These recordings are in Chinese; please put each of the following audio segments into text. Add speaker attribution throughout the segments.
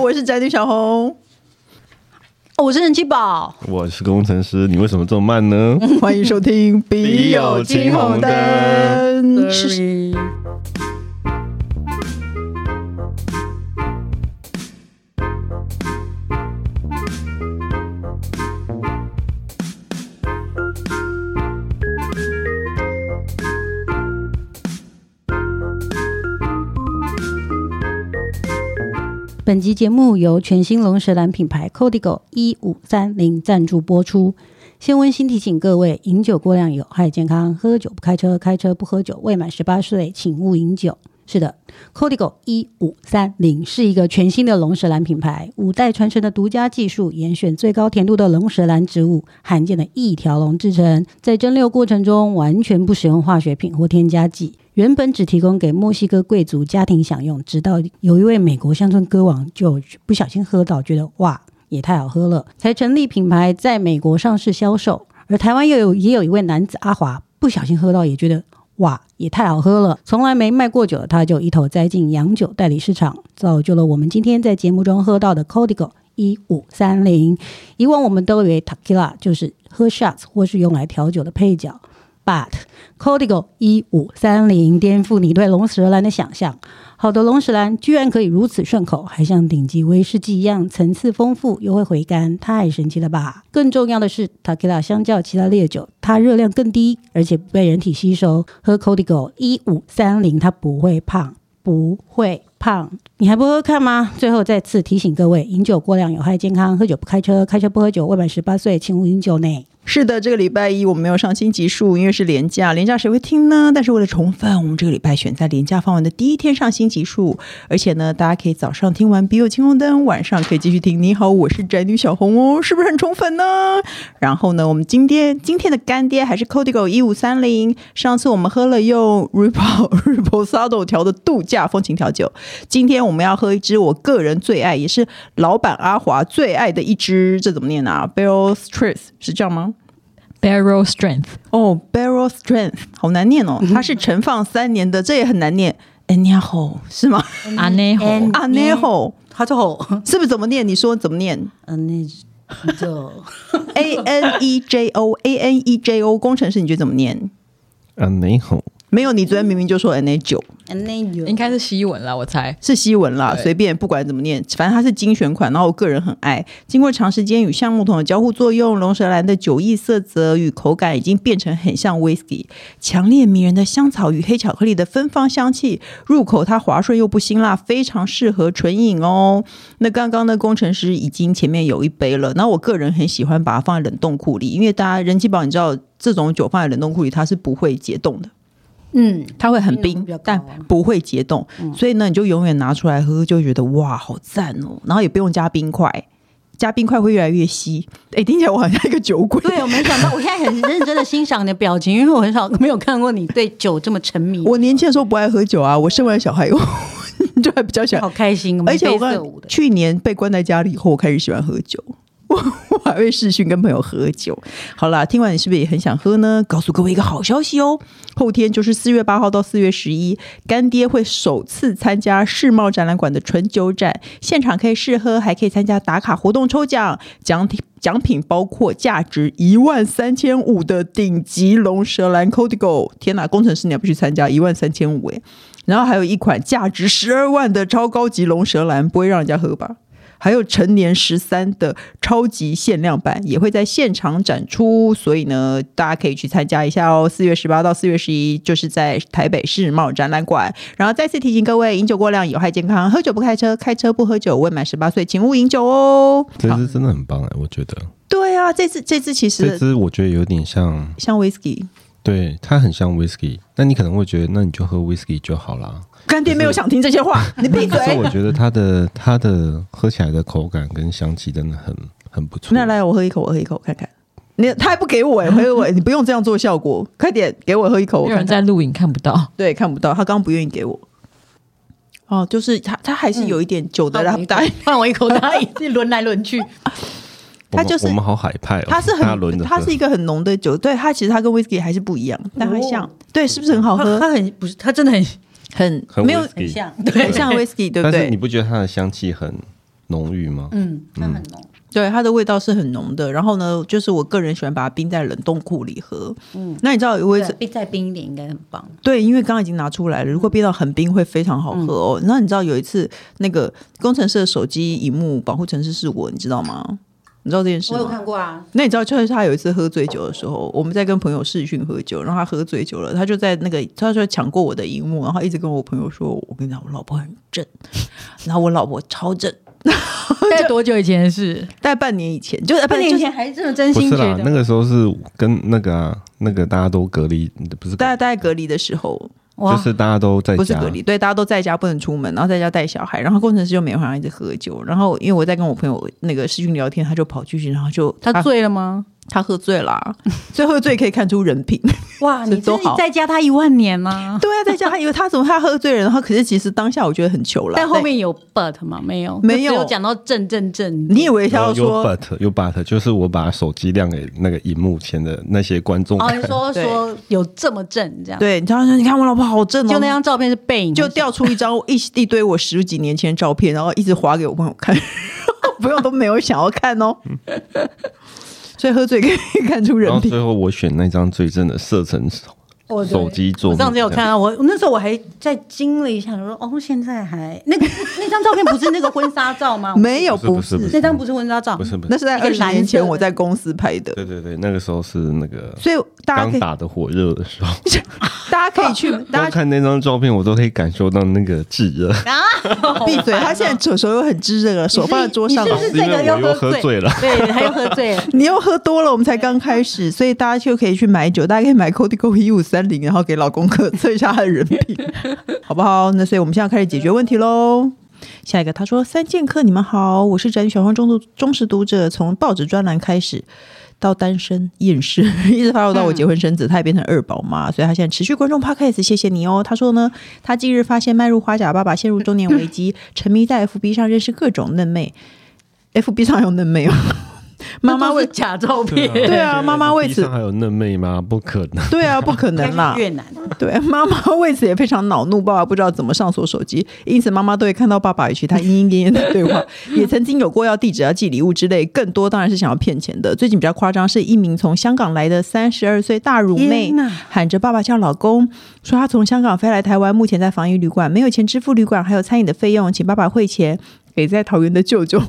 Speaker 1: 我是宅女小红，
Speaker 2: 哦我是人气宝，
Speaker 3: 我是工程师，你为什么这么慢 呢？
Speaker 1: 欢迎收听《
Speaker 3: 笔友
Speaker 1: 金
Speaker 3: 青红 灯
Speaker 1: 灯
Speaker 2: 是本集节目由全新龙舌兰品牌 Codigo 一五三零赞助播出。先温馨提醒各位，饮酒过量有害健康，喝酒不开车，开车不喝酒。未满十八岁，请勿饮酒。是的，Codigo 一五三零是一个全新的龙舌兰品牌，五代传承的独家技术，严选最高甜度的龙舌兰植物，罕见的一条龙制成，在蒸馏过程中完全不使用化学品或添加剂。原本只提供给墨西哥贵族家庭享用，直到有一位美国乡村歌王就不小心喝到，觉得哇，也太好喝了，才成立品牌在美国上市销售。而台湾又有也有一位男子阿华，不小心喝到也觉得哇，也太好喝了，从来没卖过酒的他就一头栽进洋酒代理市场，造就了我们今天在节目中喝到的 Codigo 一五三零。以往我们都以为 Tequila 就是喝 shots 或是用来调酒的配角，but Codigo 一五三零颠覆你对龙舌兰的想象。好的龙舌兰居然可以如此顺口，还像顶级威士忌一样层次丰富，又会回甘，太神奇了吧！更重要的是 t a k i l a 相较其他烈酒，它热量更低，而且不被人体吸收。喝 Codigo 一五三零，它不会胖，不会胖。你还不喝看吗？最后再次提醒各位，饮酒过量有害健康，喝酒不开车，开车不喝酒，未满十八岁请勿饮酒呢。
Speaker 1: 是的，这个礼拜一我们没有上新集数，因为是连假，连假谁会听呢？但是为了宠粉，我们这个礼拜选在连假放完的第一天上新集数，而且呢，大家可以早上听完《笔友青红灯》，晚上可以继续听。你好，我是宅女小红哦，是不是很宠粉呢？然后呢，我们今天今天的干爹还是 Codigo 一五三零，上次我们喝了用 Ripple Reposado 调的度假风情调酒，今天我们要喝一支我个人最爱，也是老板阿华最爱的一支，这怎么念啊？Barrel Strength 是这样吗？
Speaker 4: Barrel Strength，
Speaker 1: 哦、b a r r e l Strength，好难念哦。它是陈放三年的，这也很难念。Anejo 是吗
Speaker 4: 阿内吼，
Speaker 2: 嗯
Speaker 1: ？Anejo
Speaker 2: 他 就吼，
Speaker 1: 是不是怎么念？你说怎么念
Speaker 2: 嗯，那就
Speaker 1: ？A N E J O A N E J O 工程师，你觉得怎么念？
Speaker 3: 啊，你好，
Speaker 1: 没有，你昨天明明就说 Anejo
Speaker 2: 那 就
Speaker 4: 应该是西文啦，我猜。
Speaker 1: 是西文啦，
Speaker 4: 对
Speaker 1: 随便不管怎么念，反正它是精选款。然后我个人很爱，经过长时间与橡木桶的交互作用，龙舌兰的酒意色泽与口感已经变成很像 whisky，强烈迷人的香草与黑巧克力的芬芳香气，入口它滑顺又不辛辣，非常适合纯饮哦。那刚刚呢，工程师已经前面有一杯了，那我个人很喜欢把它放在冷冻库里，因为大家人气宝你知道，这种酒放在冷冻库里它是不会解冻的。
Speaker 2: 嗯，
Speaker 1: 它会很
Speaker 2: 冰
Speaker 1: 冰
Speaker 2: 比较高，嗯
Speaker 1: 但不会结冻，所以呢，你就永远拿出来喝，就会觉得哇，好赞哦！然后也不用加冰块，加冰块会越来越稀。哎，听起来我好像一个酒鬼。
Speaker 2: 对，我没想到，我现在很认真的欣赏你的表情，因为我很少没有看过你对酒这么沉迷。
Speaker 1: 我年轻的时候不爱喝酒啊，我生完小孩以后 就还比较喜欢
Speaker 2: 好开心，
Speaker 1: 而且我
Speaker 2: 眉飞
Speaker 1: 刚
Speaker 2: 色舞的
Speaker 1: 去年被关在家里以后，我开始喜欢喝酒。 我我还会视讯跟朋友喝酒。好啦，听完你是不是也很想喝呢？告诉各位一个好消息哦，后天就是四月八号到四月十一，干爹会首次参加世贸展览馆的纯酒展，现场可以试喝，还可以参加打卡活动抽奖，奖品奖品包括价值一万三千五的顶级龙舌兰 Codigo。天哪，工程师你还不去参加一万三千五哎！然后还有一款价值十二万的超高级龙舌兰，不会让人家喝吧？还有成年十三的超级限量版也会在现场展出，所以呢，大家可以去参加一下哦。四月十八到四月十一，就是在台北世贸展览馆。然后再次提醒各位，饮酒过量有害健康，喝酒不开车，开车不喝酒，未满十八岁请勿饮酒哦。
Speaker 3: 这
Speaker 1: 好
Speaker 3: 支真的很棒哎，我觉得
Speaker 1: 对啊，这次这次其
Speaker 3: 这
Speaker 1: 实
Speaker 3: 支我觉得有点像，
Speaker 1: 像 whisky，
Speaker 3: 对，它很像 whisky。那你可能会觉得，那你就喝 whisky 就好啦。
Speaker 1: 干爹没有想听这些话，你闭
Speaker 3: 可是
Speaker 1: 嘴。
Speaker 3: 我觉得它的它的喝起来的口感跟香气真的很很不错。
Speaker 1: 那来，我喝一口，我喝一口看看。你他还不给我哎、欸，喝我，你不用这样做效果，快点给我喝一口，我
Speaker 4: 有
Speaker 1: 看
Speaker 4: 人
Speaker 1: 看。
Speaker 4: 在录影看不到，
Speaker 1: 对，看不到，他刚刚不愿意给我。哦，就是他，他还是有一点酒的啦，
Speaker 2: 嗯
Speaker 1: 大家
Speaker 2: 换我一口，他一直轮来 轮去。
Speaker 3: 我
Speaker 1: 它
Speaker 3: 们
Speaker 1: 就是
Speaker 3: 我们好海派哦，
Speaker 1: 它是
Speaker 3: 大家轮
Speaker 1: 很，
Speaker 3: 着喝
Speaker 1: 它是一个很浓的酒，对，它其实它跟 whisky 还是不一样，但它像，对，是不是很好
Speaker 2: 他
Speaker 1: 喝？
Speaker 2: 他 很不是，他真的很
Speaker 1: 很
Speaker 3: 很
Speaker 1: 没有
Speaker 3: whisky
Speaker 2: 像，
Speaker 1: 很像 whisky，对不
Speaker 3: 但是
Speaker 1: 对
Speaker 3: 你？不觉得它的香气很浓郁吗？
Speaker 2: 嗯，它很浓，
Speaker 1: 对，它的味道是很浓的。然后呢，就是我个人喜欢把它冰在冷冻库里喝。嗯，那你知道有一
Speaker 2: 对
Speaker 1: 次，
Speaker 2: 冰再冰一点应该很棒。
Speaker 1: 对，因为刚刚已经拿出来了，如果冰到很冰会非常好
Speaker 2: 嗯
Speaker 1: 喝哦。然后你知道有一次那个工程师的手机荧幕保护程式是我，你知道吗？你知道这件事
Speaker 2: 我有
Speaker 1: 吗？
Speaker 2: 看过啊，
Speaker 1: 那你知道，就是他有一次喝醉酒的时候，我们在跟朋友视讯喝酒，然后他喝醉酒了，他就在那个他说抢过我的荧幕，然后一直跟我朋友说：“我跟你讲，我老婆很正，然后我老婆超正。
Speaker 4: 在多久以前的事？”
Speaker 1: 大概半年以前，就是
Speaker 2: 半年
Speaker 1: 就
Speaker 2: 以
Speaker 1: 是
Speaker 2: 前还这么真
Speaker 3: 不
Speaker 2: 心
Speaker 3: 是
Speaker 2: 觉
Speaker 3: 啦
Speaker 2: 得，
Speaker 3: 那个时候是跟那个啊，那个大家都隔离，不是隔
Speaker 1: 大家大概隔离的时候，
Speaker 2: 哇，
Speaker 3: 就是大家都在家，
Speaker 1: 不是隔离，对，大家都在家不能出门，然后在家带小孩，然后工程师就每晚上一直喝酒，然后因为我在跟我朋友那个视讯聊天，他就跑进去，然后就
Speaker 2: 他醉了吗？
Speaker 1: 他喝醉啦、
Speaker 2: 啊
Speaker 1: 所以喝醉可以看出人 品。
Speaker 2: 哇，
Speaker 1: 这
Speaker 2: 你真
Speaker 1: 都好
Speaker 2: 的再加他一万年吗？
Speaker 1: 对啊，在家他以为他怎么他喝醉了，然后可是其实当下我觉得很糗啦。
Speaker 2: 但后面有 but 吗？没有，
Speaker 1: 没有嗯
Speaker 2: 就只有讲到正正正。
Speaker 1: 你以为他
Speaker 3: 然后
Speaker 1: 要
Speaker 3: 有
Speaker 1: 说
Speaker 3: but 有 but，就是我把手机亮给那个荧幕前的那些观众
Speaker 2: 哦，
Speaker 3: 看
Speaker 2: 你，说
Speaker 1: 对
Speaker 2: 说有这么正这样，
Speaker 1: 对，你知道你看我老婆好正哦，
Speaker 2: 就那张照片是背影，
Speaker 1: 就调出一张一一堆我十几年前的照片，然后一直划给我朋友看，我朋友都没有想要看 哦。所以喝醉可以看出
Speaker 3: 然后
Speaker 1: 人品哦
Speaker 3: 最。后我选那张最正的射程手
Speaker 2: 我
Speaker 3: 手机做
Speaker 2: 我
Speaker 3: 面，
Speaker 2: 上次有看到我，我那时候我还在惊了一下，我说哦，现在还那个那张照片不是那个婚纱照吗？
Speaker 1: 没有，
Speaker 3: 不是不是不
Speaker 2: 那张不是婚纱照，
Speaker 3: 不是不是，
Speaker 1: 那是在
Speaker 2: 一个
Speaker 1: 二十
Speaker 2: 蓝
Speaker 1: 年前
Speaker 2: 色的
Speaker 1: 我在公司拍的，
Speaker 3: 嗯对对对，那个时候是那个
Speaker 1: 所以大家可
Speaker 3: 刚
Speaker 1: 以
Speaker 3: 打的火热的时候，
Speaker 1: 大家可 以去， 大
Speaker 3: 光
Speaker 1: 家
Speaker 3: 看那张照片，我都可以感受到那个炙 热，
Speaker 2: 啊，
Speaker 1: 闭 嘴！他现在手手又很炙热了，手放在桌上。
Speaker 2: 你是。不是这个又
Speaker 3: 因为我又喝醉了
Speaker 2: 对，他又喝醉了
Speaker 1: 你又喝多了，我们才刚开始，所以大家就可以去买酒，大家可以买 Codigo 一五三零，然后给老公测测一下他的人品，好不好？那所以我们现在开始解决问题喽。下一个，他说：“三剑客，你们好，我是宅女小黄中的忠实读者，从报纸专栏开始到单身厌世， 一直发 o 到我结婚生子，他也变成二宝妈，所以他现在持续观众 podcast，谢谢你哦。他说呢，他近日发现迈入花甲爸爸陷入中年危 机，沉迷在 FB 上认识各种嫩妹，FB 上有嫩妹哦， 妈妈
Speaker 2: 那都
Speaker 1: 为
Speaker 2: 是假照片，
Speaker 1: 对啊妈 妈为此
Speaker 3: 地上还有嫩妹吗？不可能，
Speaker 1: 对啊，不可能啦
Speaker 2: 应该是。越南
Speaker 1: 对，啊妈妈为此也非常恼怒，爸爸不知道怎么上锁手机，因此妈妈都会看到爸爸与其他莺莺燕燕的 对话。也曾经有过要地址、要寄礼物之类，更多当然是想要骗钱的。最近比较夸张，是一名从香港来的三十二岁大乳妹
Speaker 2: 天哪，
Speaker 1: 喊着爸爸叫老公，说她从香港飞来台湾，目前在防疫旅馆，没有钱支付旅馆还有餐饮的费用，请爸爸汇钱给在桃园的舅 舅。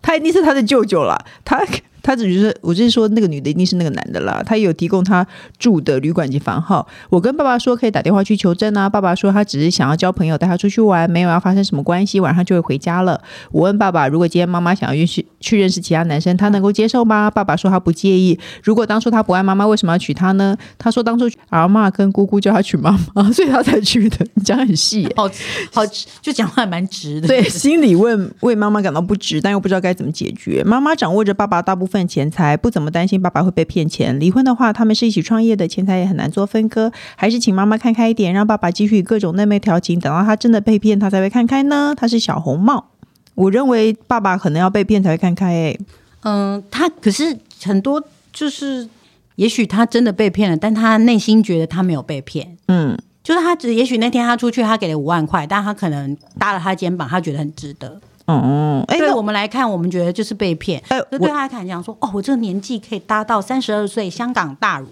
Speaker 1: 他一定是他的舅舅啦，他他只是我就是说那个女的一定是那个男的啦，他也有提供他住的旅馆及房号。我跟爸爸说可以打电话去求证啊，爸爸说他只是想要交朋友，带他出去玩，没有要发生什么关系，晚上就会回家了。我问爸爸，如果今天妈妈想要约去去认识其他男生，他能够接受吗？爸爸说他不介意。如果当初他不爱妈妈，为什么要娶她呢？他说当初阿嬷跟姑姑叫他娶妈妈， 所以他才娶的。你讲得很细耶。
Speaker 2: 好好就讲话还蛮直 的，
Speaker 1: 对，心里问为妈妈感到不值，但又不知道该怎么解决。妈妈掌握着爸爸大部分钱财，不怎么担心爸爸会被骗钱。离婚的话，他们是一起创业的，钱财也很难做分割，还是请妈妈看开一点，让爸爸继续各种内妹调情，等到他真的被骗，他才会看开呢。他是小红帽，我认为爸爸可能要被骗才会看开、欸。
Speaker 2: 嗯，他可是很多就是，也许他真的被骗了，但他内心觉得他没有被骗。
Speaker 1: 嗯，
Speaker 2: 就是他只，也许那天他出去，他给了五万块，但他可能搭了他肩膀，他觉得很值得。
Speaker 1: 哦，哎、
Speaker 2: 对
Speaker 1: 那
Speaker 2: 我们来看，我们觉得就是被骗。
Speaker 1: 哎
Speaker 2: 就
Speaker 1: 我
Speaker 2: 对他来讲说，哦，我这个年纪可以搭到三十二岁香港大乳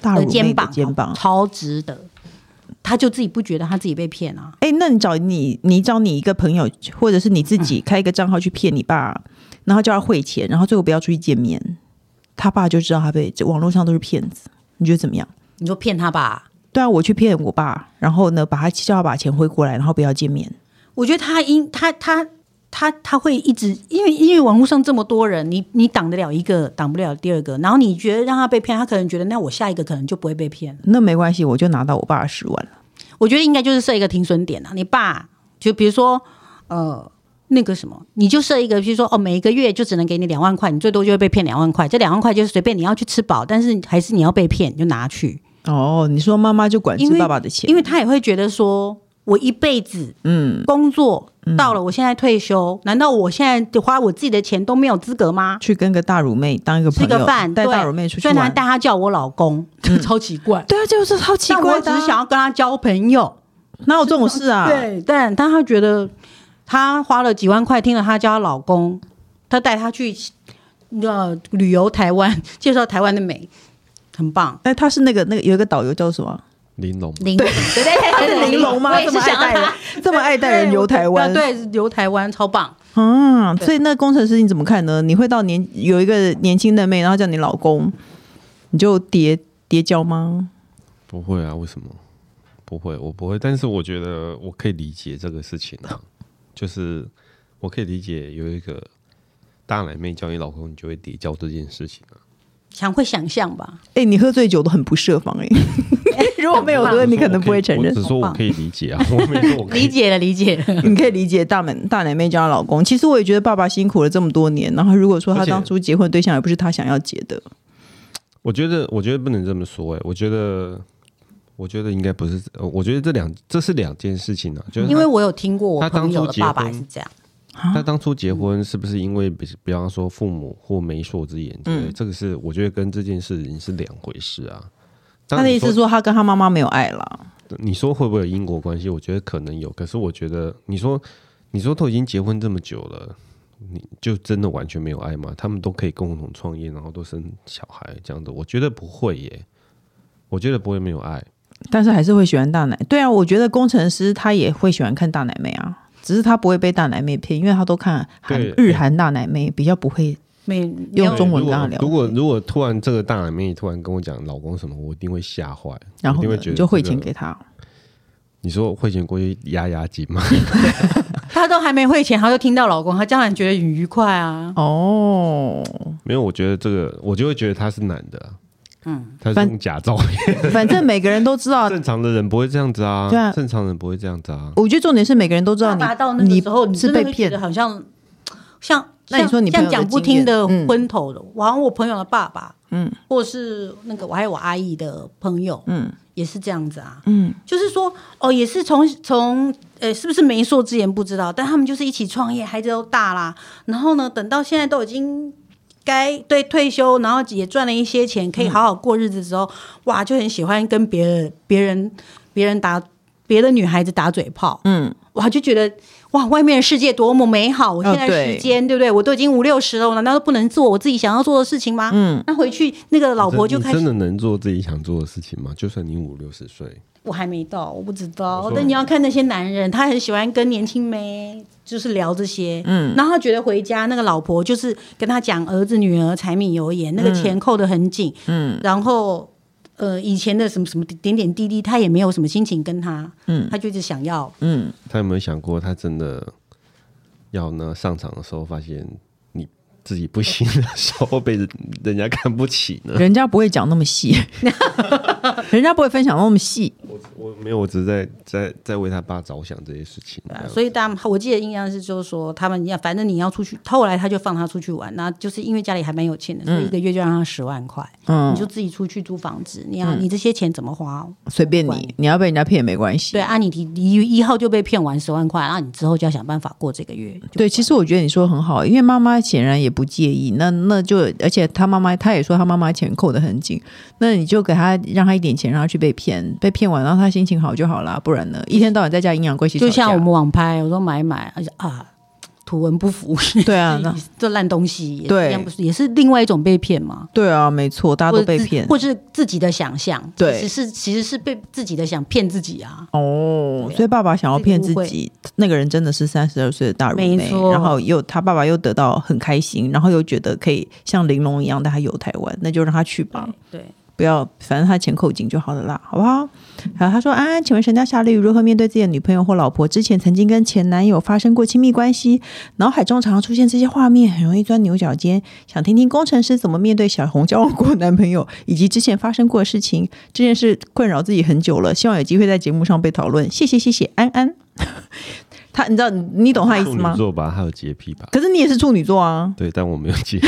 Speaker 1: 大
Speaker 2: 的
Speaker 1: 乳妹
Speaker 2: 肩
Speaker 1: 的
Speaker 2: 膀，
Speaker 1: 肩膀。
Speaker 2: 超值得。他就自己不觉得他自己被骗啊，
Speaker 1: 哎、那你找你，你找你一个朋友，或者是你自己开一个账号去骗你爸，然后叫他汇钱，然后最后不要出去见面，他爸就知道他被这网络上都是骗子。你觉得怎么样？
Speaker 2: 你说骗他吧？对
Speaker 1: 对啊，我去骗我爸，然后呢，把他叫他把钱汇过来，然后不要见面。
Speaker 2: 我觉得他应他他他他会一直，因为因为网络上这么多人，你你挡得了一个，挡不了第二个，然后你觉得让他被骗，他可能觉得那我下一个可能就不会被骗了。
Speaker 1: 那没关系，我就拿到我爸的十万了。
Speaker 2: 我觉得应该就是设一个停损点啊，你爸就比如说呃。那个什么，你就设一个，比如说哦，每一个月就只能给你两万块，你最多就会被骗两万块。这两万块就是随便你要去吃饱，但是还是你要被骗，你就拿去，
Speaker 1: 哦，你说妈妈就管
Speaker 2: 因
Speaker 1: 制
Speaker 2: 为
Speaker 1: 爸爸的钱，
Speaker 2: 因为他也会觉得说，我一辈子
Speaker 1: 嗯，
Speaker 2: 工作到了，我现在退休，难道我现在就花我自己的钱都没有资格吗？
Speaker 1: 去跟个大乳妹当一个朋
Speaker 2: 吃
Speaker 1: 友，
Speaker 2: 个饭，
Speaker 1: 带
Speaker 2: 对
Speaker 1: 大乳妹出去
Speaker 2: 虽然
Speaker 1: 玩。
Speaker 2: 他叫我老公，
Speaker 4: 嗯
Speaker 2: 超奇怪。
Speaker 1: 啊对啊，就是好奇
Speaker 2: 但
Speaker 1: 怪
Speaker 2: 我
Speaker 1: 的
Speaker 2: 只
Speaker 1: 啊、
Speaker 2: 是想要跟他交朋友，
Speaker 1: 哪有这种事啊？
Speaker 2: 对，但但他觉得她花了几万块，听了她叫她老公，她带她去呃旅游台湾， 介绍台湾的美，很棒。
Speaker 1: 哎，他是那个那个有一个导游叫什么？
Speaker 3: 玲珑
Speaker 2: 玲珑，对对对
Speaker 1: 他哦是玲珑吗？
Speaker 2: 我也
Speaker 1: 这
Speaker 2: 是
Speaker 1: 么爱
Speaker 2: 想
Speaker 1: 带
Speaker 2: 要
Speaker 1: 人
Speaker 2: 她，
Speaker 1: 这么爱带人游台湾，
Speaker 2: 对，对游台湾超棒。
Speaker 1: 啊，
Speaker 2: 对
Speaker 1: 所以那工程师你怎么看呢？你会到年有一个年轻的妹，然后叫你老公，你就叠叠交吗？
Speaker 3: 不会啊？为什么？不会，我不会。但是我觉得我可以理解这个事情啊，就是我可以理解有一个大奶妹叫你老公，你就会叠交这件事情啊。
Speaker 2: 想会想象吧，
Speaker 1: 哎、你喝醉酒都很不设防哎、 如果没有啊喝，你可能不会承认
Speaker 3: 我只。说我可以理解啊，我没说我 可以
Speaker 2: 理解了，理解了。
Speaker 1: 你可以理解大门大奶妹叫她老公。其实我也觉得爸爸辛苦了这么多年，然后如果说他
Speaker 3: 而且
Speaker 1: 当初结婚对象也不是他想要结的，
Speaker 3: 我觉得，我觉得不能这么说、欸。我觉得，我觉得应该不是。呃我觉得这两这是两件事情啊。就是他
Speaker 2: 因为我有听过我朋友的爸爸也
Speaker 3: 他当初结婚
Speaker 2: 是这样，
Speaker 1: 啊
Speaker 3: 他当初结婚是不是因为比比方说父母或媒妁之言之类？
Speaker 1: 嗯
Speaker 3: 这个是我觉得跟这件事情是两回事啊。
Speaker 1: 他的
Speaker 3: 当然
Speaker 1: 意
Speaker 3: 你
Speaker 1: 思是说他跟他妈妈没有爱了。
Speaker 3: 你说会不会有因果关系？我觉得可能有，可是我觉得你说你说都已经结婚这么久了，你就真的完全没有爱吗？他们都可以共同创业，然后都生小孩这样子，我觉得不会耶，我觉得不会没有爱。
Speaker 1: 但是还是会喜欢大奶。对啊，我觉得工程师他也会喜欢看大奶妹啊，只是他不会被大奶妹骗，因为他都看韩
Speaker 3: 对
Speaker 1: 日韩大奶妹，比较不会。
Speaker 2: 没没
Speaker 1: 用
Speaker 2: 有
Speaker 1: 中文跟他聊
Speaker 3: 如果如果突然这个大奶妹突然跟我讲老公什么，我一定会吓坏，
Speaker 1: 然后
Speaker 3: 我一
Speaker 1: 呢
Speaker 3: 定会觉得
Speaker 1: 你就汇
Speaker 3: 这个
Speaker 1: 钱给他。
Speaker 3: 你说汇钱过去压压惊吗？
Speaker 2: 她都还没汇钱，她就听到老公，她当然觉得很愉快啊。
Speaker 1: 哦，
Speaker 3: 没有，我觉得这个我就会觉得他是男的啊，
Speaker 2: 嗯，
Speaker 3: 他是
Speaker 1: 反
Speaker 3: 用假照 片，
Speaker 1: 反正每个人都知道。
Speaker 3: 正常的人不会 这样子啊，
Speaker 1: 对啊
Speaker 3: 正常人不会这样子啊。
Speaker 1: 我觉得重点是每个人都知道
Speaker 2: 爸
Speaker 1: 你
Speaker 2: 爸到那个时候，你
Speaker 1: 是
Speaker 2: 真的
Speaker 1: 被
Speaker 2: 会觉
Speaker 1: 骗
Speaker 2: 得好像像
Speaker 1: 那你说你朋
Speaker 2: 像
Speaker 1: 友的
Speaker 2: 讲不
Speaker 1: 经验
Speaker 2: 听的
Speaker 1: 嗯
Speaker 2: 昏头的，然后我朋友的爸爸，
Speaker 1: 嗯
Speaker 2: 嗯，或是那个我还有我阿姨的朋友，
Speaker 1: 嗯
Speaker 2: 嗯，也是这样子啊，
Speaker 1: 嗯，
Speaker 2: 就是说哦，也是从从呃，是不是媒妁之言不知道，但他们就是一起创业，孩子都大啦，然后呢，等到现在都已经。该对退休，然后也赚了一些钱，
Speaker 1: 嗯
Speaker 2: 可以好好过日子之后，哇，就很喜欢跟别人、别人、别人打别的女孩子打嘴炮，
Speaker 1: 嗯，
Speaker 2: 哇，就觉得哇，外面的世界多么美好！我现在
Speaker 1: 对
Speaker 2: 时间、哦对不对？我都已经五六十了，我难道都不能做我自己想要做的事情吗？嗯，那回去那个老婆哦就
Speaker 3: 你
Speaker 2: 开
Speaker 3: 真
Speaker 2: 始，
Speaker 3: 的能做自己想做的事情吗？就算你五六十岁，
Speaker 2: 我还没到，我不知
Speaker 3: 我
Speaker 2: 道。
Speaker 3: 说
Speaker 2: 但你要看那些男人，他很喜欢跟年轻妹就是聊这些，嗯，然后他觉得回家那个老婆就是跟他讲儿子女儿柴米油盐，那个钱扣得很紧，嗯，然后。呃，以前的什么什么点点滴滴，他也没有什么心情跟他，嗯，他就一直想要
Speaker 3: 他有没有想过，他真的要呢上场的时候发现你自己不行的时候，被人人家看不起呢？
Speaker 1: 人家不会讲那么 细，人家不会分享那么细。
Speaker 3: 我我没有，我只是在在在为他爸着想这些事情。
Speaker 2: 啊所以大家，我记得印象是，就是说他们要，反正你要出去，后来他就放他出去玩，那就是因为家里还蛮有钱的，所以一个月就让他十万块，
Speaker 1: 嗯
Speaker 2: 你就自己出去租房子，你要、你这些钱怎么花？哦
Speaker 1: 随便你，你要被人家骗也没关系。
Speaker 2: 对啊，你你你一号就被骗完十万块，然后你之后就要想办法过这个月。
Speaker 1: 对，其实我觉得你说得很好，因为妈妈显然也不介意，那那就而且她妈妈她也说她妈妈钱扣得很紧，那你就给她让她一点钱，让她去被骗，被骗完让她心情好就好啦，不然呢，一天到晚在家阴阳怪气吵
Speaker 2: 就
Speaker 1: 架，
Speaker 2: 像我们网拍，我说买买，而且啊，图文不符，
Speaker 1: 对 啊，那
Speaker 2: 这烂东西也是
Speaker 1: 对
Speaker 2: 一样不是也是另外一种被骗嘛。
Speaker 1: 对啊，没错，大家
Speaker 2: 或
Speaker 1: 都
Speaker 2: 者
Speaker 1: 被
Speaker 2: 自
Speaker 1: 骗
Speaker 2: 或是自己的想象，
Speaker 1: 对
Speaker 2: 其实是其实是被自己的想骗自己啊。
Speaker 1: 哦，所以爸爸想要骗自
Speaker 2: 这个误
Speaker 1: 己，那个人真的是三十二岁的大乳
Speaker 2: 没
Speaker 1: 妹，
Speaker 2: 错
Speaker 1: 然后又他爸爸又得到很开心，然后又觉得可以像玲珑一样带她游台湾，那就让她去吧。
Speaker 2: 对，
Speaker 1: 不要，反正他钱扣紧就好了啦，好不好？然后他说：“安安，请问神雕侠侣如何面对自己的女朋友或老婆之前曾经跟前男友发生过亲密关系？脑海中常常出现这些画面，很容易钻牛角尖。想听听工程师怎么面对小红交往过男朋友以及之前发生过的事情。这件事困扰自己很久了，希望有机会在节目上被讨论。谢谢，谢谢，安安。他，你知道你你懂他意思
Speaker 3: 处
Speaker 1: 吗
Speaker 3: 女？座吧，他有洁癖吧？
Speaker 1: 可是你也是处女座啊。”
Speaker 3: 对，但我没有洁 癖。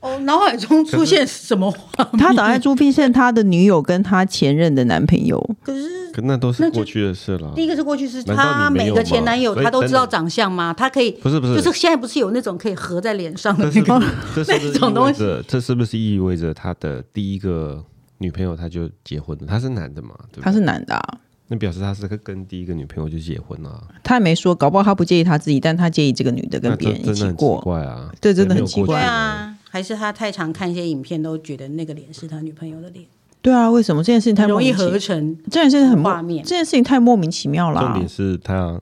Speaker 2: 哦，脑海中出现什么画面？
Speaker 1: 他打在朱碧胜他的女友跟他前任的男朋友，
Speaker 2: 可是
Speaker 3: 可那都
Speaker 2: 那就
Speaker 3: 是过去的事了。
Speaker 2: 第一个是过去是
Speaker 3: 难道
Speaker 2: 他
Speaker 3: 你没
Speaker 2: 每
Speaker 3: 有
Speaker 2: 个
Speaker 3: 吗
Speaker 2: 前男友
Speaker 3: 所以
Speaker 2: 他都
Speaker 3: 等
Speaker 2: 知道
Speaker 3: 等
Speaker 2: 长相吗？他可以
Speaker 3: 不是不是
Speaker 2: 就是现在不是有那种可以合在脸上的
Speaker 3: 这是
Speaker 2: 那个
Speaker 3: 不是这是不是
Speaker 2: 那种
Speaker 3: 意味
Speaker 2: 东西
Speaker 3: 着这是不是意味着他的第一个女朋友他就结婚了？他是男的嘛？对不对
Speaker 1: 他是男的、啊，
Speaker 3: 那表示他是跟第一个女朋友就结婚了、啊，
Speaker 1: 他也没说，搞不好他不介意他自己，但他介意这个女的
Speaker 3: 那
Speaker 1: 跟别
Speaker 3: 这
Speaker 1: 人一
Speaker 3: 真的
Speaker 1: 起
Speaker 3: 很奇
Speaker 1: 过。
Speaker 3: 怪啊，
Speaker 1: 对真的
Speaker 3: 也没有
Speaker 1: 很奇
Speaker 3: 过去
Speaker 1: 怪
Speaker 2: 对
Speaker 3: 的，
Speaker 2: 啊，还是他太常看一些影片，都觉得那个脸是他女朋友的脸，
Speaker 1: 对啊，为什么这件事情太
Speaker 2: 很容易
Speaker 1: 莫名
Speaker 2: 合
Speaker 1: 其
Speaker 2: 成。
Speaker 1: 这件事情很莫
Speaker 2: 画面
Speaker 1: 这件事情太莫名其妙啦、
Speaker 3: 重点是他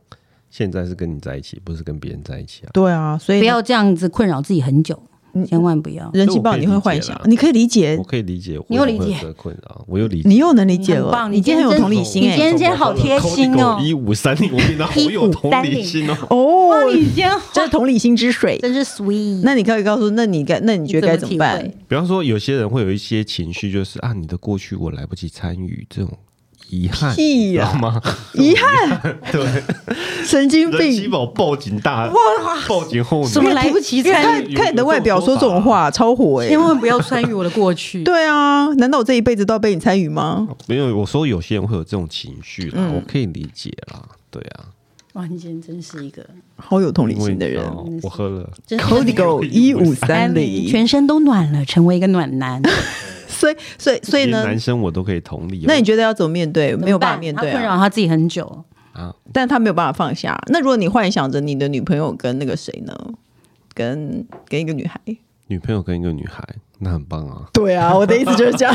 Speaker 3: 现在是跟你在一起，不是跟别人在一起啊。
Speaker 1: 对啊，所以
Speaker 2: 不要这样子困扰自己很久，
Speaker 1: 嗯
Speaker 2: 千万不要。
Speaker 1: 人气爆，你会幻想，你可以理解
Speaker 3: 我，可以理解，
Speaker 2: 你有理解
Speaker 3: 我也会有这个困扰，我有理解。
Speaker 1: 你又能理解了，
Speaker 2: 很棒
Speaker 1: 你今天很有同理心
Speaker 2: 你
Speaker 1: 哎、
Speaker 2: 今天好贴心哦
Speaker 3: 一五三零，我 变得好有同理心哦。
Speaker 1: 哦，
Speaker 2: 你今天
Speaker 1: 这是同理心之水。
Speaker 2: 真是 sweet，
Speaker 1: 那你可以告诉，那你该，那你觉得该怎么
Speaker 2: 你
Speaker 1: 办
Speaker 2: 体？
Speaker 3: 比方说，有些人会有一些情绪，就是啊，你的过去我来不及参与，这种遗憾，
Speaker 1: 屁
Speaker 3: 知
Speaker 1: 呀
Speaker 3: 道吗？
Speaker 1: 遗憾，
Speaker 3: 对，
Speaker 1: 神经
Speaker 3: 人妻
Speaker 1: 病。
Speaker 3: 宝报警大，报警后
Speaker 2: 什
Speaker 3: 面
Speaker 2: 么来不及
Speaker 1: 因为
Speaker 2: 参
Speaker 3: 与
Speaker 1: 看看你的外表
Speaker 3: 有这
Speaker 1: 说
Speaker 3: 种
Speaker 1: 这种话，超火哎、
Speaker 2: 千万不要
Speaker 4: 要参与我的过去。
Speaker 1: 对啊，难道我这一辈子都要被你参与吗？
Speaker 3: 没有。我说有些人会有这种情绪啦，
Speaker 1: 嗯
Speaker 3: 我可以理解啦，对啊，
Speaker 2: 哇，你今天真是一个
Speaker 1: 好有同理
Speaker 3: 因为
Speaker 1: 心
Speaker 3: 你
Speaker 1: 的
Speaker 3: 知
Speaker 1: 人。
Speaker 3: 道我喝了，
Speaker 2: 真是
Speaker 1: Codigo 一五三零，
Speaker 2: 全身都暖了，成为一个暖男。
Speaker 1: 所以所以所以
Speaker 3: 连
Speaker 1: 呢？
Speaker 3: 男生我都可以同理哦。
Speaker 1: 那你觉得要怎么面对？ 没有办
Speaker 2: 办
Speaker 1: 法面对、
Speaker 2: 他困
Speaker 1: 啊，
Speaker 2: 扰他自己很久。
Speaker 3: 啊，
Speaker 1: 但他没有办法放下。那如果你幻想着你的女朋友跟那个谁呢？跟跟一个女孩，
Speaker 3: 女朋友跟一个女孩，那很棒啊。
Speaker 1: 对 啊，我的意思就是这样。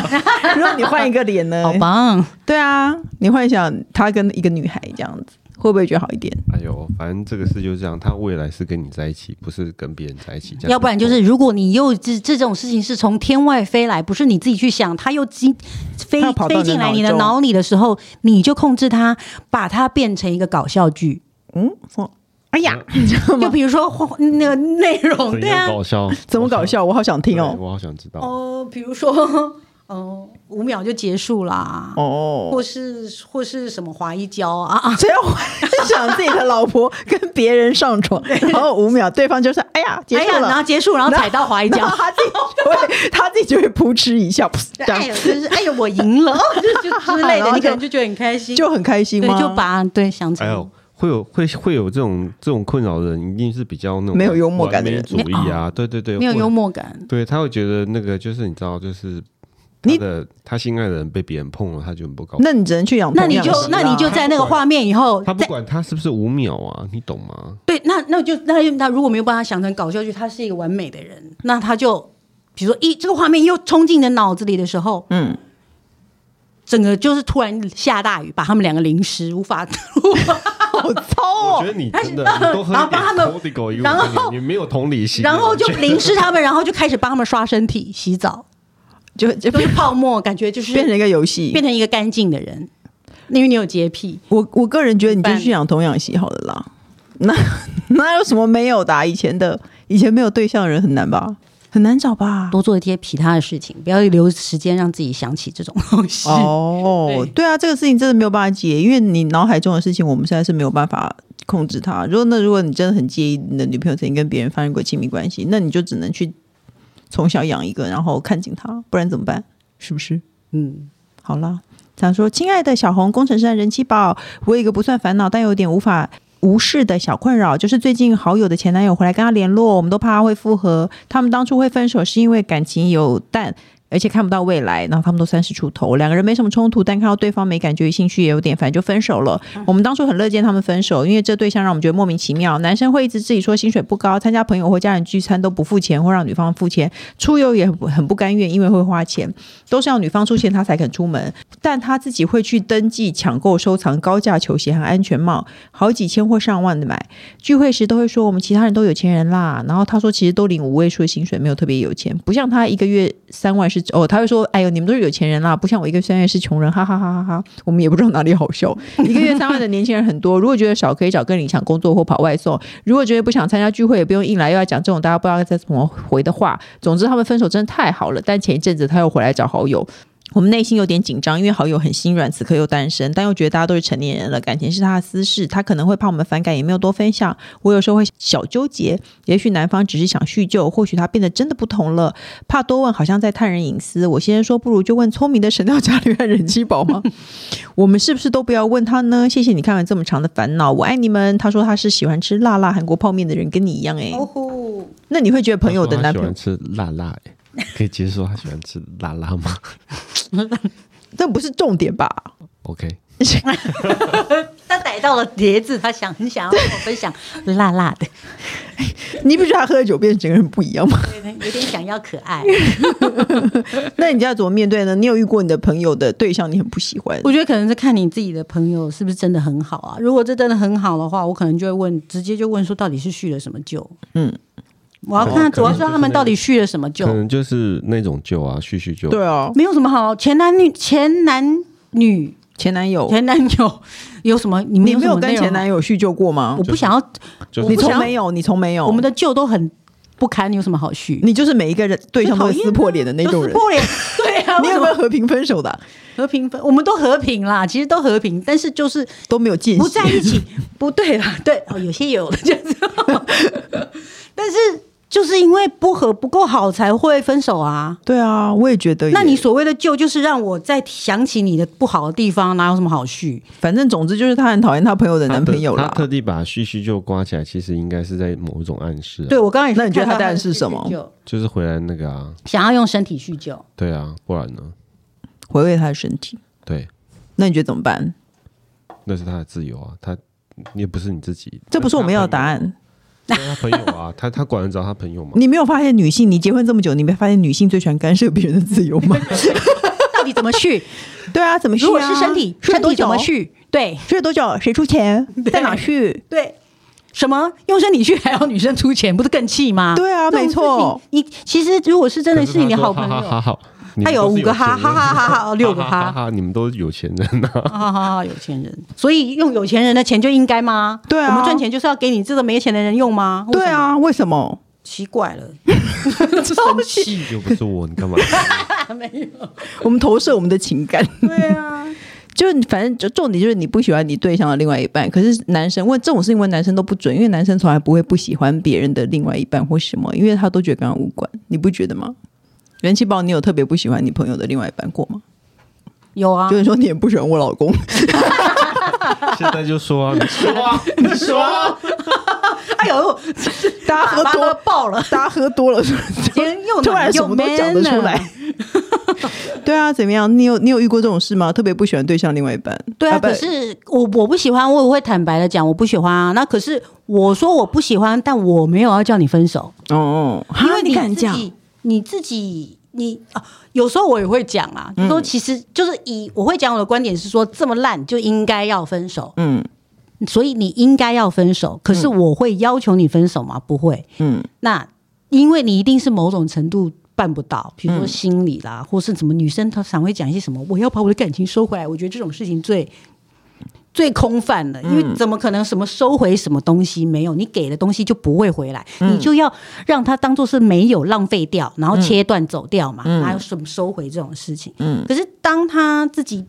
Speaker 1: 如果你换一个脸呢？
Speaker 2: 好棒！
Speaker 1: 对啊，你幻想他跟一个女孩这样子，会不会觉得好一点？
Speaker 3: 哎呦，反正这个事就是这样，他未来是跟你在一起，不是跟别人在一起。这样
Speaker 2: 要不然就是，如果你又这这种事情是从天外飞来，不是你自己去想，它又进飞
Speaker 1: 它跑到
Speaker 2: 飞
Speaker 1: 你的
Speaker 2: 进来
Speaker 1: 脑
Speaker 2: 你的
Speaker 1: 中
Speaker 2: 脑里的时候，你就控制它，把它变成一个搞 笑剧。
Speaker 1: 嗯，哦哎呀，
Speaker 2: 就比如说那个内容，
Speaker 3: 怎
Speaker 2: 对啊，
Speaker 3: 样搞笑？
Speaker 1: 怎么搞笑？我好想听
Speaker 3: 对
Speaker 1: 哦。
Speaker 3: 我好想知道。
Speaker 2: 哦，比如说， 哦，五秒就结束啦，
Speaker 1: 哦
Speaker 2: 或，是或是什么滑一跤啊，
Speaker 1: 谁要幻想自己的老婆跟别人上 床，然后五秒，对方就说：“哎呀，结
Speaker 2: 哎呀，
Speaker 1: 束了。
Speaker 2: 然后结束，然后踩到滑一
Speaker 1: 然
Speaker 2: 跤
Speaker 1: 后。他自己就会，他自己就会扑哧一笑，噗这
Speaker 2: 哎
Speaker 1: 样
Speaker 2: 呦，真是哎呦，我 赢了，就就之
Speaker 1: 然
Speaker 2: 类的，
Speaker 1: 后
Speaker 2: 你可
Speaker 1: 就
Speaker 2: 能就觉得很开心，
Speaker 1: 就很开心
Speaker 2: 对，
Speaker 1: 吗？
Speaker 2: 就把对想成
Speaker 3: 哎呦，会有会会有这种这种困扰的人，一定是比较那种
Speaker 1: 没有幽默感的人
Speaker 3: 完美主义啊，对对对，
Speaker 2: 没有
Speaker 3: 或
Speaker 2: 幽，默感，
Speaker 3: 对他会觉得那个就是你知道，就是他
Speaker 1: 你
Speaker 3: 的他心爱的人被别人碰了，他就很不高兴。
Speaker 1: 那你只能去养
Speaker 2: 那
Speaker 1: 童
Speaker 2: 你
Speaker 1: 养
Speaker 2: 就
Speaker 1: 媳
Speaker 2: 那
Speaker 1: 啦
Speaker 2: 你 就在那个画面以后，
Speaker 3: 他不
Speaker 2: 再
Speaker 3: 管他是不是五秒啊，你懂吗？
Speaker 2: 对，那那就那就那如果没有把他想成搞笑剧，他是一个完美的人，那他就比如说一这个画面又冲进你的脑子里的时候，
Speaker 1: 嗯，
Speaker 2: 整个就是突然下大雨，把他们两个淋湿，无法 无法
Speaker 1: 好糙
Speaker 3: 我
Speaker 1: 哦
Speaker 3: 觉。得你
Speaker 2: 他
Speaker 3: 真的，
Speaker 2: 然
Speaker 3: 你
Speaker 2: 后
Speaker 3: 多 喝
Speaker 2: 然后
Speaker 3: 一点
Speaker 2: 帮他们
Speaker 3: Codigo 一五
Speaker 2: 然
Speaker 3: 三零
Speaker 2: 后
Speaker 3: 你没有同理心，
Speaker 2: 然后就
Speaker 3: 我觉得
Speaker 2: 淋湿 他们，然后就开始帮他们刷身体、洗澡，
Speaker 1: 就就
Speaker 2: 都
Speaker 1: 变
Speaker 2: 是泡沫，感觉就是
Speaker 1: 变成一个游戏。
Speaker 2: 变成一个干净的人，因为你有洁癖。
Speaker 1: 我我个人觉得你就
Speaker 2: 办
Speaker 1: 去养童养媳好了啦。那 那有什么没有的啊、以前的以前没有对象的人很难吧？很难找 吧？
Speaker 2: 多做一些其他的事情，不要留时间让自己想起这种东西。
Speaker 1: 哦，对啊，这个事情真的没有办法解，因为你脑海中的事情，我们现在是没有办法控制它。如果那如果你真的很介意你的女朋友曾经跟别人发生过亲密关系，那你就只能去从小养一个，然后看紧她，不然怎么办？是不是？
Speaker 2: 嗯。
Speaker 1: 好啦，他说：“亲爱的小红工程师和啊人气宝，我有一个不算烦恼，但有点无法。”无视的小困扰，就是最近好友的前男友回来跟他联络，我们都怕他会复合。他们当初会分手是因为感情有淡，而且看不到未来。然后他们都三十出头，两个人没什么冲突，但看到对方没感觉、兴趣也有点烦，就分手了。我们当初很乐见他们分手，因为这对象让我们觉得莫名其妙。男生会一直自己说薪水不高，参加朋友或家人聚餐都不付钱，或让女方付钱。出游也很不很不甘愿，因为会花钱。都是要女方出钱他才肯出门，但他自己会去登记抢购、收藏高价球鞋和安全帽，好几千或上万的买。聚会时都会说我们其他人都有钱人啦，然后他说其实都领五位数的薪水，没有特别有钱，不像他一个月三万是哦，他会说哎呦你们都是有钱人啦，不像我一个月三万是穷人，哈哈哈哈哈。我们也不知道哪里好笑，一个月三万的年轻人很多，如果觉得少可以找更理想工作或跑外送，如果觉得不想参加聚会也不用硬来，又要讲这种大家不知道该怎么回的话。总之他们分手真的太好了，但前一阵子他又回来找好友，我们内心有点紧张，因为好友很心软，此刻又单身，但又觉得大家都是成年人了，感情是他的私事，他可能会怕我们反感，也没有多分享。我有时候会小纠结，也许男方只是想叙旧，或许他变得真的不同了，怕多问好像在探人隐私。我先生说，不如就问聪明的神雕侠侣和人气宝 吗？我们是不是都不要问他呢？谢谢你看完这么长的烦恼，我爱你们。他说他是喜欢吃辣辣韩国泡面的人，跟你一样哎、
Speaker 2: 哦吼，
Speaker 1: 那你会觉得朋友的
Speaker 3: 他
Speaker 1: 男
Speaker 3: 喜
Speaker 1: 朋友
Speaker 3: 欢吃辣辣，欸可以 接受他喜欢吃辣辣吗
Speaker 1: 那不是重点吧？
Speaker 3: ？OK，
Speaker 2: 他逮到了碟子，他想很想要跟我分享 辣辣的，
Speaker 1: 你不觉得他喝了酒变整个人不一样吗？
Speaker 2: 对对有点想要可爱。
Speaker 1: 那你要怎么面对呢？你有遇过你的朋友的对象你很不喜欢，
Speaker 2: 我觉得可能是看你自己的朋友是不是真的很好啊。如果这真的很好的话，我可能就会问，直接就问说到底是续了什么旧？
Speaker 1: 嗯
Speaker 2: 嗯，我要
Speaker 3: 哦
Speaker 2: 看，
Speaker 3: 可能
Speaker 2: 主要是他们到底续了什么旧
Speaker 3: 可，能就是那种旧啊，叙叙旧。
Speaker 1: 对啊，
Speaker 2: 没有什么好前男女前男女
Speaker 1: 前男友，
Speaker 2: 前男友有什么？你们
Speaker 1: 你没有
Speaker 2: 有什么内
Speaker 1: 跟
Speaker 2: 容
Speaker 1: 前男
Speaker 2: 友？
Speaker 1: 友叙旧过吗
Speaker 2: 我？不想要，
Speaker 3: 就是
Speaker 1: 你
Speaker 2: 我不
Speaker 1: 从
Speaker 2: 想
Speaker 1: 没有，你从没有，
Speaker 2: 我们的旧都很不堪，有什么好续？
Speaker 1: 你就是每一个人对象都是撕破脸的那种人
Speaker 2: 都。是破脸，对啊，
Speaker 1: 你
Speaker 2: 为
Speaker 1: 有
Speaker 2: 什
Speaker 1: 没有
Speaker 2: 么
Speaker 1: 和平分手的啊、
Speaker 2: 和平分？我们都和平啦，其实都和平，但是就是
Speaker 1: 都没有见
Speaker 2: 不
Speaker 1: 血
Speaker 2: 在一起，不对啦，对哦，有些有这样子，但是就是因为不和不够好才会分手啊。
Speaker 1: 对啊，我也觉得耶。
Speaker 2: 那你所谓的旧，就是让我再想起你的不好的地方，哪有什么好续？
Speaker 1: 反正总之就是她很讨厌她朋友的
Speaker 3: 她
Speaker 1: 男
Speaker 3: 特
Speaker 1: 朋友
Speaker 3: 她
Speaker 1: 啦。
Speaker 3: 特地把叙叙旧刮起来，其实应该是在某一种暗示、啊。
Speaker 2: 对，我刚才也是
Speaker 1: 那你觉得
Speaker 2: 看到
Speaker 1: 他的
Speaker 2: 的
Speaker 1: 暗示什么
Speaker 2: 叙旧？
Speaker 3: 就是回来那个啊，
Speaker 2: 想要用身体叙旧，
Speaker 3: 对啊，不然呢？
Speaker 1: 回味她的身体，
Speaker 3: 对，
Speaker 1: 那你觉得怎么办？
Speaker 3: 那是他的自由啊，他也不是你自己，
Speaker 1: 这不是我们要的答案。
Speaker 3: 那是他朋友，那是他朋友啊，他他管得着他朋友吗？
Speaker 1: 你没有发现女性，你结婚这么久，你没发现女性最喜欢干涉别人的自由吗？
Speaker 2: 到底怎么 续？
Speaker 1: 对啊，怎么续、啊？
Speaker 2: 如果是身体，
Speaker 1: 睡
Speaker 2: 身
Speaker 1: 多
Speaker 2: 体
Speaker 1: 久
Speaker 2: 怎么？续？对
Speaker 1: 睡多久？谁出钱？ 在哪续？
Speaker 2: 对。什么用身体去还要女生出钱，不是更气吗？
Speaker 1: 对啊
Speaker 2: 这种
Speaker 1: 没错
Speaker 2: 事情。你其实如果是真的
Speaker 3: 可
Speaker 2: 是你的
Speaker 3: 他说
Speaker 2: 好朋
Speaker 3: 哈哈
Speaker 2: 友，
Speaker 3: 哈哈，你
Speaker 2: 他
Speaker 3: 们
Speaker 2: 有
Speaker 3: 都是
Speaker 2: 五个哈
Speaker 3: 钱人
Speaker 2: 哈哈哈哈六个哈
Speaker 3: 哈哈，你们都是有钱人呐、啊。
Speaker 2: 哈哈哈，有钱人，所以用有钱人的钱就应该吗？
Speaker 1: 对啊
Speaker 2: 我们赚钱就是要给你这个没钱的人用吗？为
Speaker 1: 对
Speaker 2: 什么，
Speaker 1: 啊，为什么？
Speaker 2: 奇怪了，生气
Speaker 3: 又不是我，你 干嘛？
Speaker 2: 没有？
Speaker 1: 我们投射我们的情感，
Speaker 2: 对啊，
Speaker 1: 就是你反正就重点就是你不喜欢你对象的另外一半，可是男生问这种事情问男生都不准，因为男生从来不会不喜欢别人的另外一半或什么，因为他都觉得跟他无关，你不觉得吗？元气宝，你有特别不喜欢你朋友的另外一半过吗？
Speaker 2: 有啊
Speaker 1: 就，是说你也不喜欢我老 公，
Speaker 3: 现在就说啊，你说啊， 你说啊，
Speaker 2: 哎呦，
Speaker 1: 大家喝
Speaker 2: 把爸
Speaker 1: 多
Speaker 2: 都，爆了，
Speaker 1: 大家喝多了，
Speaker 2: 今天又
Speaker 1: 突然什么都讲得出来。。 对啊，怎么样？你有你有遇过这种事吗？特别不喜欢对象另外一半？
Speaker 2: 对啊，
Speaker 1: 不
Speaker 2: 可是我我不喜欢，我也会坦白的讲，我不喜欢啊。那可是我说我不喜欢，但我没有要叫你分手，
Speaker 1: 哦，哈
Speaker 2: 因为
Speaker 1: 你敢
Speaker 2: 自己
Speaker 1: 讲，
Speaker 2: 你自己你啊，有时候我也会讲啊，
Speaker 1: 嗯
Speaker 2: 就说其实就是以我会讲我的观点是说，这么烂就应该要分手，
Speaker 1: 嗯
Speaker 2: 所以你应该要分手。可是我会要求你分手吗？不会。
Speaker 1: 嗯，
Speaker 2: 那因为你一定是某种程度办不到，比如说心理啦，或是什么女生她常会讲一些什么，我要把我的感情收回来。我觉得这种事情最。最空泛了，因为怎么可能什么收回什么东西没有？你给的东西就不会回来，你就要让它当做是没有浪费掉，然后切断走掉嘛，哪有什么收回这种事情？可是当他自己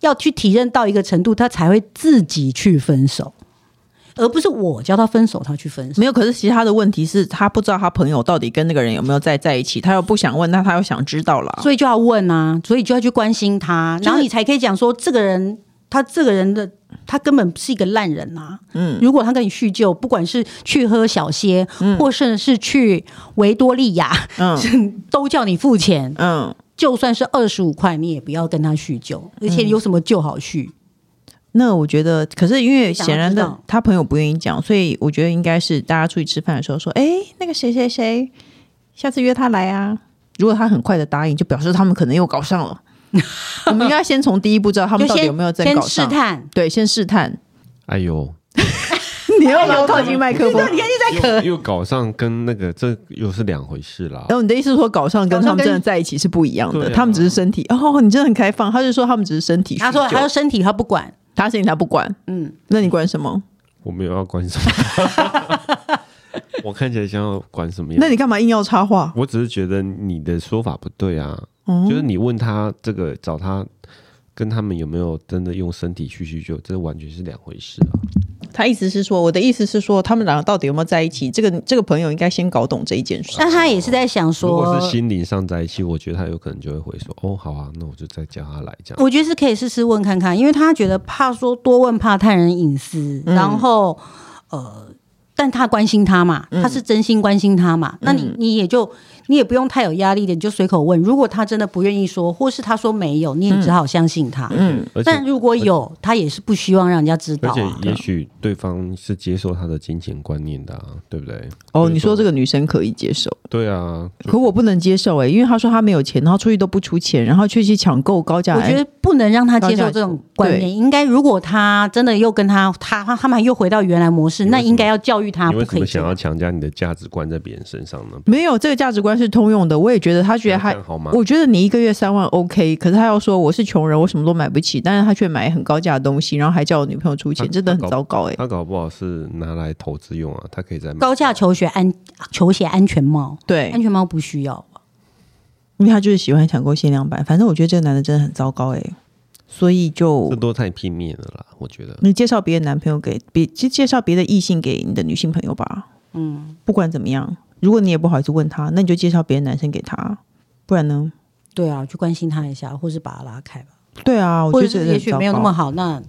Speaker 2: 要去体认到一个程度，他才会自己去分手，而不是我叫他分手，他去分手。
Speaker 1: 没有。可是其实他的问题是他不知道他朋友到底跟那个人有没有在在一起，他又不想问，那他又想知道了。
Speaker 2: 所以就要问啊，所以就要去关心他，
Speaker 1: 就是
Speaker 2: 然后你才可以讲说这个人，他这个人的他根本是一个烂人啊。嗯，如果他跟你叙旧，不管是去喝小歇，或甚至是去维多利亚，
Speaker 1: 嗯
Speaker 2: 都叫你付钱，
Speaker 1: 嗯，
Speaker 2: 就算是二十五块，你也不要跟他叙旧，而且有什么旧好叙？
Speaker 1: 那我觉得，可是因为显然
Speaker 2: 想要知
Speaker 1: 的
Speaker 2: 道，
Speaker 1: 他朋友不愿意讲，所以我觉得应该是大家出去吃饭的时候说：“哎，那个谁谁谁，下次约他来啊。”如果他很快的答应，就表示他们可能又搞上 了。我们应该先从第一步知道他们
Speaker 2: 就
Speaker 1: 到底
Speaker 2: 先
Speaker 1: 有没有在
Speaker 2: 先
Speaker 1: 搞
Speaker 2: 试
Speaker 1: 上，
Speaker 2: 探，
Speaker 1: 对，先试探。
Speaker 3: 哎呦，
Speaker 1: 你要不要靠近麦克风？
Speaker 3: 又又搞上跟那个这又是两回事啦
Speaker 2: 呃
Speaker 1: 然。后你的意思是说，搞上跟他们真的在一起是不一样的，
Speaker 3: 对啊
Speaker 1: 他们只是身体。哦，你真的很开放。他就说他们只是身体需求，
Speaker 2: 他说他说身体他不管，
Speaker 1: 他身体他不管，
Speaker 2: 嗯，
Speaker 1: 那你管什么？
Speaker 3: 我没有要管什么， 我看起来像要管什么样？
Speaker 1: 那你干嘛硬要插话？
Speaker 3: 我只是觉得你的说法不对啊，
Speaker 2: 哦
Speaker 3: 就是你问他这个找他跟他们有没有真的用身体去叙旧，这完全是两回事啊。
Speaker 1: 他意思是说，我的意思是说，他们两个到底有没有在一起？这个这个朋友应该先搞懂这一件事。
Speaker 3: 啊
Speaker 2: 但他也是在想
Speaker 3: 如
Speaker 2: 说
Speaker 3: 果，是心灵上在一起，我觉得他有可能就会回说，哦，好啊，那我就再叫他来这样。
Speaker 2: 我觉得是可以试试问
Speaker 1: 嗯
Speaker 2: 看看，因为他觉得怕说多问怕探人隐私，然后呃，但他关心他嘛，
Speaker 1: 嗯
Speaker 2: 他是真心关心他嘛，那你你也就你也不用太有压力的，你就随口问。如果他真的不愿意说，或是他说没有，你也只好相信他。
Speaker 1: 嗯
Speaker 3: 而且
Speaker 2: 但如果有，他也是不希望让人家知道、
Speaker 3: 而
Speaker 2: 啊。
Speaker 3: 且也许对方是接受他的金钱观念的、啊，对不对？
Speaker 1: 哦，
Speaker 3: 比如
Speaker 1: 你说这个女生可以接受，
Speaker 3: 对啊，
Speaker 1: 可我不能接受哎、因为她说她没有钱，然后出去都不出钱，然后却去抢购高价。
Speaker 2: 我觉得不能让他接受这种观
Speaker 1: 对
Speaker 2: 念，应该如果他真的又跟他他他们又回到原来模式，
Speaker 3: 你为
Speaker 2: 那
Speaker 3: 什么
Speaker 2: 应该要教育他
Speaker 3: 你
Speaker 2: 啊不
Speaker 3: 为
Speaker 2: 可
Speaker 3: 什
Speaker 2: 以
Speaker 3: 么
Speaker 2: 这
Speaker 3: 想
Speaker 2: 样
Speaker 3: 要。强加你的价值观在别人身上呢？
Speaker 1: 没有这个价值观是通用的，我也觉得她觉得
Speaker 3: 这
Speaker 1: 她
Speaker 3: 样好吗？
Speaker 1: 我觉得你一个月三万 OK，可是他要说我是穷人，我什么都买不起，但是他却买很高价的东西，然后还叫我女朋友出钱，
Speaker 3: 他
Speaker 1: 真的很糟糕哎、
Speaker 3: 他搞不好是拿来投资用啊，他可以再买。
Speaker 2: 高价球鞋安球鞋安全帽，
Speaker 1: 对
Speaker 2: 安，全帽不需要。
Speaker 1: 因为他就是喜欢抢购限量版，反正我觉得这个男的真的很糟糕哎、所以就
Speaker 3: 这都太片面了啦，我觉得。
Speaker 1: 你介绍别的男朋友给别，其实介绍别的异性给你的女性朋友吧，嗯，不管怎么样，如果你也不好意思问他，那你就介绍别的男生给他，不然呢？
Speaker 2: 对啊，去关心他一下，或是把他拉开吧，
Speaker 1: 对啊，我
Speaker 2: 或
Speaker 1: 觉
Speaker 2: 者
Speaker 1: 得这个
Speaker 2: 是也
Speaker 1: 很
Speaker 2: 许
Speaker 1: 糟
Speaker 2: 没有那
Speaker 1: 糕
Speaker 2: 么好，那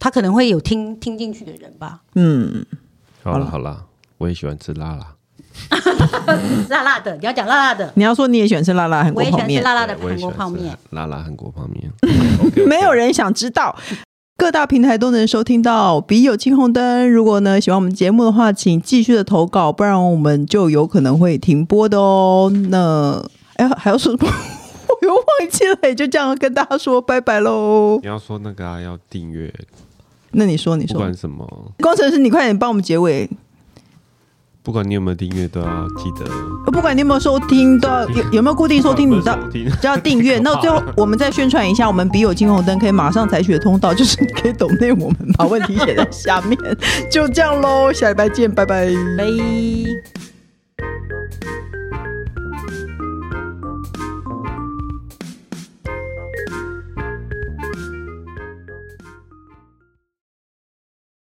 Speaker 2: 他可能会有听听进去的人吧，
Speaker 1: 嗯，
Speaker 3: 好
Speaker 1: 好
Speaker 3: 了
Speaker 1: 了
Speaker 3: 好了，我也喜欢吃辣辣，
Speaker 2: 辣辣的，你要讲辣辣的，
Speaker 1: 你要说你也喜欢吃辣辣韩
Speaker 2: 我
Speaker 1: 国
Speaker 2: 也喜
Speaker 1: 泡
Speaker 2: 欢
Speaker 1: 面
Speaker 2: 吃，辣辣的
Speaker 3: 对我也
Speaker 2: 韩
Speaker 3: 喜
Speaker 2: 国
Speaker 3: 欢吃
Speaker 2: 泡面。
Speaker 3: 辣辣韩国泡面。
Speaker 1: 没有人想知道。各大平台都能收听到《笔友青红灯》。如果呢喜欢我们节目的话，请继续的投稿，不然我们就有可能会停播的哦。 那哎，还要说什么？ 我又忘记了，也就这样跟大家说拜拜喽
Speaker 3: 你。要说那个啊，要订阅，
Speaker 1: 那你说，你
Speaker 3: 不
Speaker 1: 说
Speaker 3: 管，什么，
Speaker 1: 工程师，你快点帮我们结尾。
Speaker 3: 不管你有没有订阅，都要记得
Speaker 1: 呃不管你有没有收听，都要有有没有固定收听，你
Speaker 3: 不
Speaker 1: 到
Speaker 3: 管有没有收听
Speaker 1: 就要订 阅。那最后我们再宣传一下，我们笔友金红灯可以马上采取的通道， 就是你可以抖内我们，把问题写在下面。就这样喽，下礼拜见，拜拜。
Speaker 2: 拜。